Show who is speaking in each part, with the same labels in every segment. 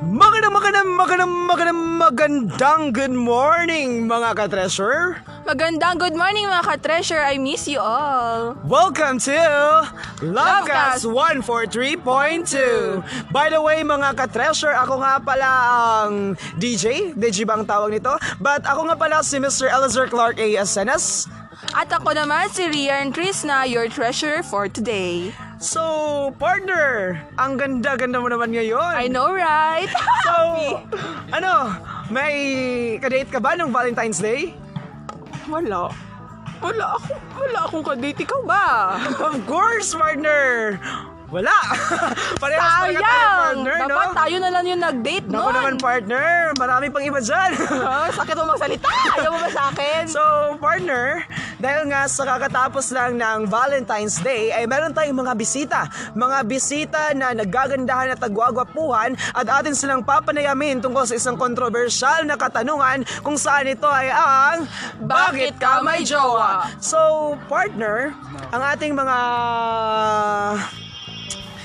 Speaker 1: Magandang, magandang, magandang, magandang, magandang good morning mga ka-treasure!
Speaker 2: Magandang good morning mga ka-treasure. I miss you all.
Speaker 1: Welcome to Lovecast
Speaker 2: Lovecast
Speaker 1: 143.2 By the way mga ka-treasure, ako nga pala ang DJ, DJ ba ang tawag nito? But ako nga pala si Mr. Elazar Clark ASNS
Speaker 2: At ako naman si Rian Trisna, your treasure for today.
Speaker 1: So, partner, ang ganda-ganda mo naman ngayon
Speaker 2: I know, right?
Speaker 1: So, ano, may kadate ka ba nung Valentine's Day?
Speaker 2: wala. Wala ako. Wala akong kadate. Ikaw ba?
Speaker 1: Of course, partner! Wala! Parehas tayo tayo,
Speaker 2: Sayang!
Speaker 1: partner, no?
Speaker 2: Dapat tayo na lang yung nag-date
Speaker 1: Ako
Speaker 2: nun.
Speaker 1: naman, partner. Marami pang iba dyan.
Speaker 2: Ah, sakit mo magsalita. Ayaw mo ba sa akin?
Speaker 1: so, partner, dahil nga sa kakatapos lang ng Valentine's Day, ay meron tayong mga bisita. Mga bisita na nagagandahan at nagwagwapuhan at atin silang papanayamin tungkol sa isang kontrobersyal na katanungan kung saan ito ay ang
Speaker 2: Bakit ka may jowa?
Speaker 1: So, partner, ang ating mga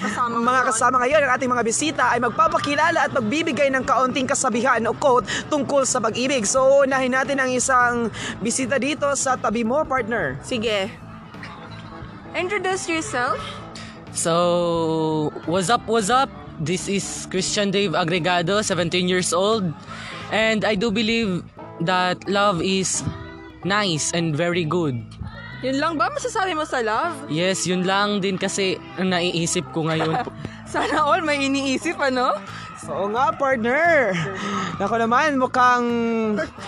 Speaker 2: kasama
Speaker 1: mga kasama ngayon ng ating mga bisita ay magpapakilala at magbibigay ng kaunting kasabihan o quote tungkol sa pag-ibig. So, unahin natin ang isang bisita dito sa tabi mo, partner.
Speaker 2: Sige. Introduce yourself.
Speaker 3: So, what's up, what's up? This is Christian Dave Agregado, 17 years old. And I do believe that love is nice and very good.
Speaker 2: Yun lang ba masasabi mo sa love?
Speaker 3: Yes, yun lang din kasi ang naiisip ko ngayon.
Speaker 2: Sana all may iniisip, ano?
Speaker 1: Oo nga, partner. Ako naman, mukhang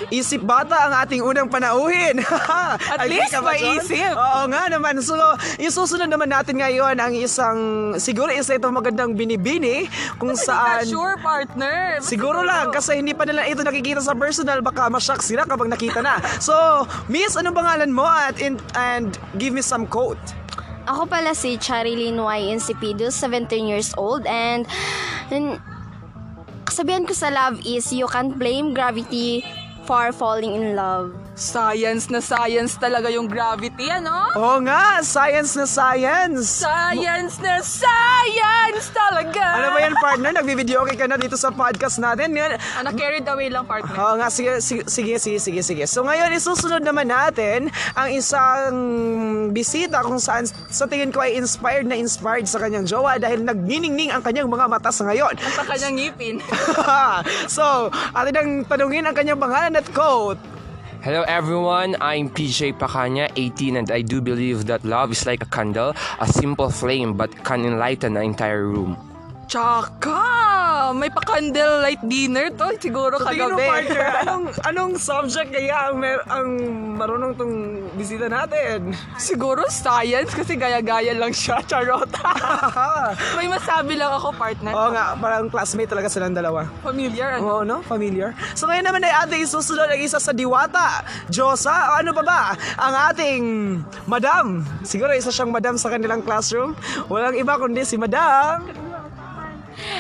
Speaker 1: isip bata ang ating unang panauhin. At
Speaker 2: least may isip.
Speaker 1: Oo nga naman. So, yung susunod naman natin ngayon ang isang, siguro isa itong magandang binibini kung saan...
Speaker 2: Saan? sure, partner. Ba't
Speaker 1: Siguro lang, kasi hindi pa nila ito nakikita sa personal, baka mashock sila kapag nakita na. So, Miss, anong pangalan mo? At, in, and give me some quote.
Speaker 4: Ako pala si Charilyn Y. Incipido, 17 years old, and, and kasabihan ko sa love is you can't blame gravity for falling in love.
Speaker 2: Science na science talaga yung gravity, ano?
Speaker 1: Oo nga, science na science.
Speaker 2: Science na science talaga!
Speaker 1: Ano ba yan, partner? Nagbibideo okay ka na dito sa podcast natin. Yan.
Speaker 2: Ah, na-carried away lang, partner.
Speaker 1: Oo nga, sige, sige, sige, sige, sige, sige. So ngayon, isusunod naman natin ang isang bisita kung saan sa tingin ko ay inspired na inspired sa kanyang jowa dahil nagniningning ang kanyang mga mata sa ngayon.
Speaker 2: Sa kanyang ngipin.
Speaker 1: so, atin ang tanungin ang kanyang pangalan at quote.
Speaker 5: Hello everyone, I'm PJ Pacanya, 18, and I do believe that love is like a candle, a simple flame but can enlighten an entire room.
Speaker 2: Tsaka! May pa-candlelight dinner to. Siguro
Speaker 1: Tingin mo,
Speaker 2: kagabi.
Speaker 1: partner, anong, anong subject kaya ang, mer- ang marunong tong bisita natin?
Speaker 2: Siguro science kasi gaya-gaya lang siya. Charot. May masabi lang ako, partner.
Speaker 1: Oo nga, parang classmate talaga silang dalawa.
Speaker 2: Familiar.
Speaker 1: Oo,
Speaker 2: Ano?
Speaker 1: no? Familiar. So ngayon naman ay ating susunod ang isa sa diwata, Diyosa, o ano pa ba? Ang ating madam. Siguro isa siyang madam sa kanilang classroom. Walang iba kundi si madam.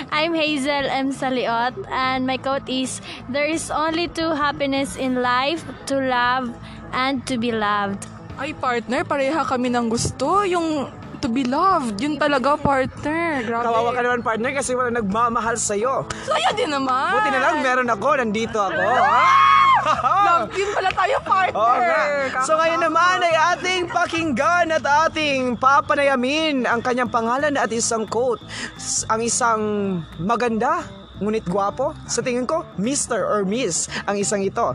Speaker 4: I'm Hazel M. Saliot, and my quote is, There is only two happiness in life, to love and to be loved.
Speaker 2: Ay, partner, pareha kami ng gusto. Yung to be loved. Yun talaga, partner. Grabe.
Speaker 1: Kawawa ka naman partner kasi wala nagmamahal sa'yo.
Speaker 2: Saya din naman.
Speaker 1: Buti na lang meron ako, nandito ako.
Speaker 2: Love team pala tayo, partner.
Speaker 1: Oo nga. So
Speaker 2: Kakatawa.
Speaker 1: ngayon naman ay ating pakinggan at ating papanayamin ang kanyang pangalan at isang quote. S- Ang isang maganda, ngunit gwapo. Sa tingin ko, Mr. or Miss ang isang ito.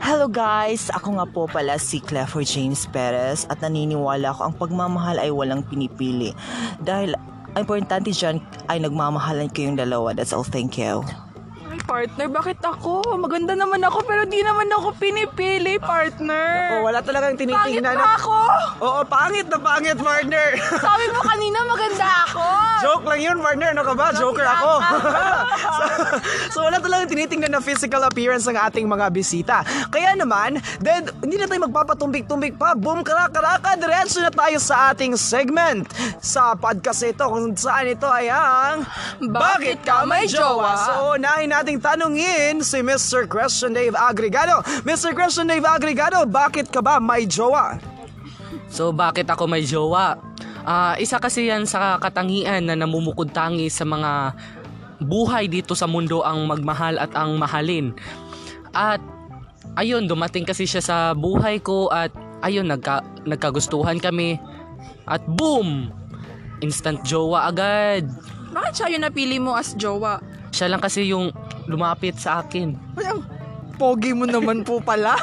Speaker 6: Hello guys! Ako nga po pala si Cleford James Perez at naniniwala ako ang pagmamahal ay walang pinipili. Dahil ang importante dyan ay nagmamahalan kayong dalawa. That's all. Thank you.
Speaker 2: Ay, partner, bakit ako? Maganda naman ako, pero di naman ako
Speaker 1: O,
Speaker 2: pinipili, partner.
Speaker 1: Oh, wala talagang
Speaker 2: Pangit
Speaker 1: tinitingnan.
Speaker 2: ba ako?
Speaker 1: Oo, pangit na pangit, partner.
Speaker 2: Sabi mo kanina maganda ako.
Speaker 1: Joke lang yun, partner. Ano ka ba? Joker ako. so, so, wala talagang tinitingnan na physical appearance ng ating mga bisita. Kaya naman, then, hindi na tayo magpapatumbik-tumbik pa. Boom, karakaraka, diretso na tayo sa ating segment sa podcast na ito kung saan ito ay ang
Speaker 2: Bakit Ka May Jowa?
Speaker 1: So, unahin nating tanungin si Mr. Question Dave Agregado. Mr. Question Dave Agregado, bakit ka ba may jowa?
Speaker 3: so, bakit ako may jowa? Ah, isa kasi yan sa katangian na namumukod tangi sa mga buhay dito sa mundo ang magmahal at ang mahalin. At ayun, dumating kasi siya sa buhay ko at ayun, nagka, nagkagustuhan kami. At boom! Instant jowa agad.
Speaker 2: Bakit siya yung napili mo as jowa?
Speaker 3: Siya lang kasi yung lumapit sa akin.
Speaker 2: Ay, ang pogi mo naman po pala.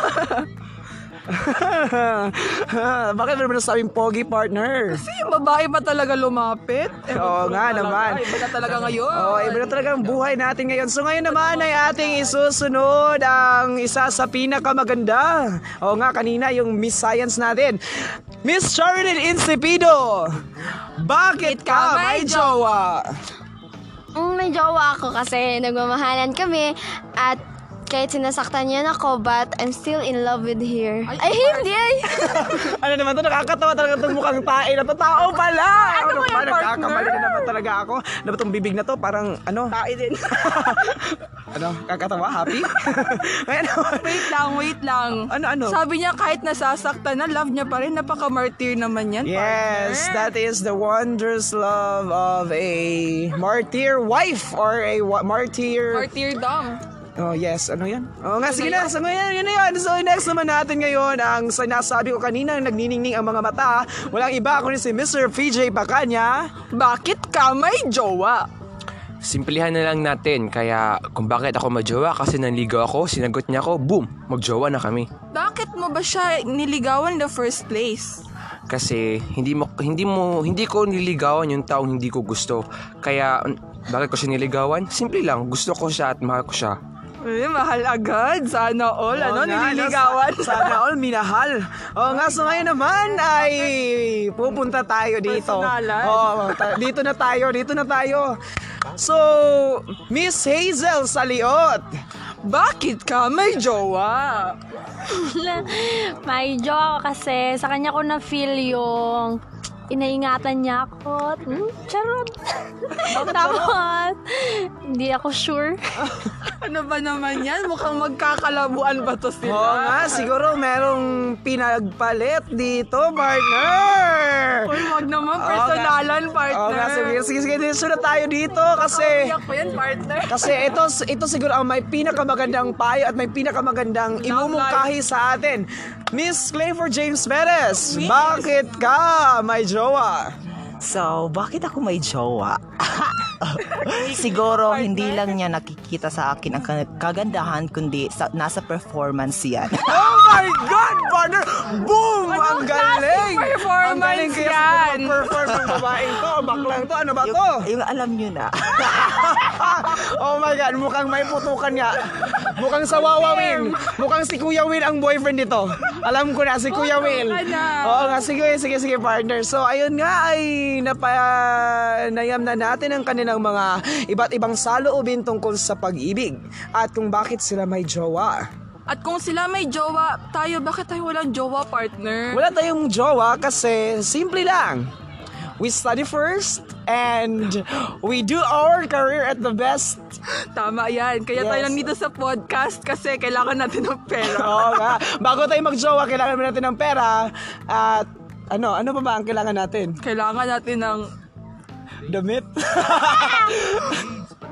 Speaker 1: Bakit meron mo nasabing pogi partner?
Speaker 2: Kasi yung babae ba talaga lumapit? Ewan
Speaker 1: Oo
Speaker 2: ko
Speaker 1: nga
Speaker 2: talaga.
Speaker 1: naman.
Speaker 2: Ay, Iba na talaga ngayon.
Speaker 1: Oh, iba na talaga ang buhay natin ngayon. So ngayon naman ay ating isusunod ang isa sa pinakamaganda. Oo nga, kanina yung Miss Science natin. Miss Charlene Insipido, bakit ka may jowa?
Speaker 4: Mm, may jowa ako kasi nagmamahalan kami at kahit sinasaktan niya ako but I'm still in love with her. Ay, hindi! Ay.
Speaker 1: Ano naman to, nakakatawa talaga itong mukhang tae na to. Tao pala! Ano,
Speaker 2: ba
Speaker 1: ba,
Speaker 2: yan,
Speaker 1: nagkakamali na naman talaga ako. Ano ba itong bibig na to? Parang ano?
Speaker 2: Tae din.
Speaker 1: Ano, kakatawa? Happy? Ngayon naman.
Speaker 2: wait lang, wait lang.
Speaker 1: Ano, ano?
Speaker 2: Sabi niya kahit nasasaktan na, love niya pa rin. Napaka-martyr naman yan.
Speaker 1: Yes,
Speaker 2: partner.
Speaker 1: that is the wondrous love of a martyr wife or a wa- martyr.
Speaker 2: Martyrdom.
Speaker 1: Oh, yes. Ano yan? Oh, nga, sige na. So, ngayon, yun na yun. So, next naman natin ngayon ang sinasabi ko kanina, nagniningning ang mga mata. Walang iba kundi si Mr. PJ Pacanya.
Speaker 2: Bakit ka may jowa?
Speaker 5: Simplihan na lang natin. Kaya kung bakit ako magjowa kasi nanligaw ako, sinagot niya ako, boom, magjowa na kami.
Speaker 2: Bakit mo ba siya niligawan in the first place?
Speaker 5: Kasi hindi mo hindi mo hindi ko niligawan yung taong hindi ko gusto. Kaya mm, bakit ko siya niligawan? Simple lang, gusto ko siya at mahal ko siya.
Speaker 2: Eh, mahal agad. Sana
Speaker 1: Oo
Speaker 2: all. ano,
Speaker 1: nga,
Speaker 2: nililigawan.
Speaker 1: nas- Sana all minahal. Oh, nga so ngayon naman ay pupunta tayo dito.
Speaker 2: Personalan.
Speaker 1: Oh, ta- dito na tayo, dito na tayo. So, Miss Hazel Saliot.
Speaker 2: Bakit ka may jowa?
Speaker 7: May jowa ako kasi sa kanya ko na-feel yung inaingatan niya ako. Hmm, charot. Tapos, hindi ako sure.
Speaker 2: Ano ba naman yan? Mukhang magkakalabuan ba to sila?
Speaker 1: Oo nga, siguro merong pinagpalit dito, partner.
Speaker 2: Uy, wag naman.
Speaker 1: nga.
Speaker 2: Personalan, partner.
Speaker 1: Oo nga, sige, sige, sige, dito na tayo dito kasi...
Speaker 2: Iyak ko yan, partner.
Speaker 1: Kasi ito, ito siguro ang may pinakamagandang payo at may pinakamagandang imumungkahi sa atin. Miss Clayford James Perez, bakit ka may jowa?
Speaker 6: So, bakit ako may jowa? Siguro hindi lang niya nakikita sa akin ang ka- kagandahan kundi sa, nasa performance yan.
Speaker 1: Oh my God, partner! Boom! ang galing!
Speaker 2: Ano performance
Speaker 1: ang galing kaya
Speaker 2: yan?
Speaker 1: siguro perform ng babaeng to, baklang to, ano ba to?
Speaker 6: yung alam niyo na.
Speaker 1: Oh my God, mukhang may putukan nga. Mukhang sa Wawa Will. Mukhang si Kuya Will ang boyfriend nito. Alam ko na, si Kuya Will.
Speaker 2: Oh, ka na.
Speaker 1: Oo nga, sige, sige, sige, partner. So, ayun nga ay napanayam na natin ang kanilang mga iba't ibang saloobin tungkol sa pag-ibig at kung bakit sila may jowa.
Speaker 2: At kung sila may jowa, tayo, bakit tayo walang jowa, partner?
Speaker 1: Wala tayong jowa kasi simple lang. We study first and we do our career at the best
Speaker 2: Tama yan. Kaya
Speaker 1: Yes.
Speaker 2: tayo nandito sa podcast kasi kailangan natin ng pera.
Speaker 1: Oo nga. Bago tayo magjowa, kailangan mo natin ng pera. At ano, ano pa ba ang kailangan natin?
Speaker 2: kailangan natin ng
Speaker 1: Damit?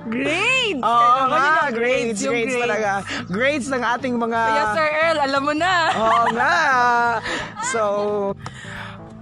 Speaker 2: grades.
Speaker 1: Oo
Speaker 2: Kailangan yun
Speaker 1: nga,
Speaker 2: ng
Speaker 1: grades,
Speaker 2: yung
Speaker 1: grades talaga. Grades ng ating mga...
Speaker 2: Kaya, Sir Earl, alam mo na.
Speaker 1: Oo nga. So,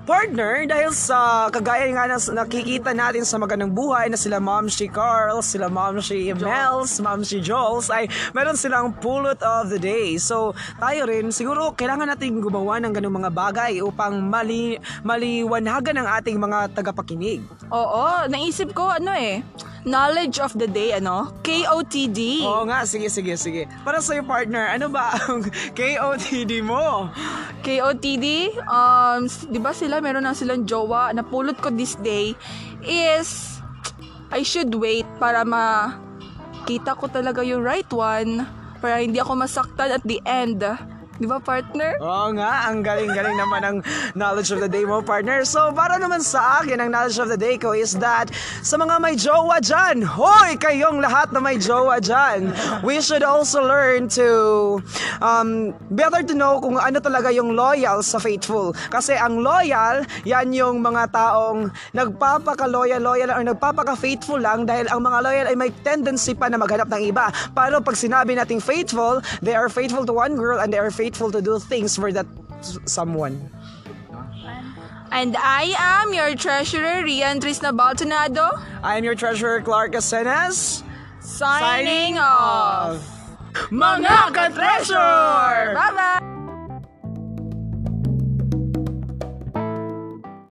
Speaker 1: partner, dahil sa kagaya nga na nakikita natin sa magandang buhay na sila Ma'am si Carl, sila Ma'am si Mels, Ma'am si Joels, ay meron silang pulot of the day. So, tayo rin, siguro kailangan natin gumawa ng ganung mga bagay upang mali, maliwanagan ang ating mga tagapakinig.
Speaker 2: Oo, naisip ko, ano eh, knowledge of the day, ano? KOTD.
Speaker 1: Oo nga, sige, sige, sige. Para sa'yo, partner, ano ba ang KOTD mo?
Speaker 2: KOTD, um, s- di ba sila, meron na silang jowa, napulot ko this day, is, I should wait para ma kita ko talaga yung right one, para hindi ako masaktan at the end. Di ba, partner?
Speaker 1: Oo nga, ang galing-galing naman ang knowledge of the day mo, partner. So, para naman sa akin, ang knowledge of the day ko is that sa mga may jowa dyan, hoy, kayong lahat na may jowa dyan, we should also learn to, um, better to know kung ano talaga yung loyal sa faithful. Kasi ang loyal, yan yung mga taong nagpapaka-loyal-loyal or nagpapaka-faithful lang dahil ang mga loyal ay may tendency pa na maghanap ng iba. Paano pag sinabi nating faithful, they are faithful to one girl and they are faithful to do things for that s- someone.
Speaker 2: And I am your treasurer, Rian Trisna Baltonado,
Speaker 1: I am your treasurer, Clark Asenas.
Speaker 2: signing, off. Mga ka-treasure! Bye-bye!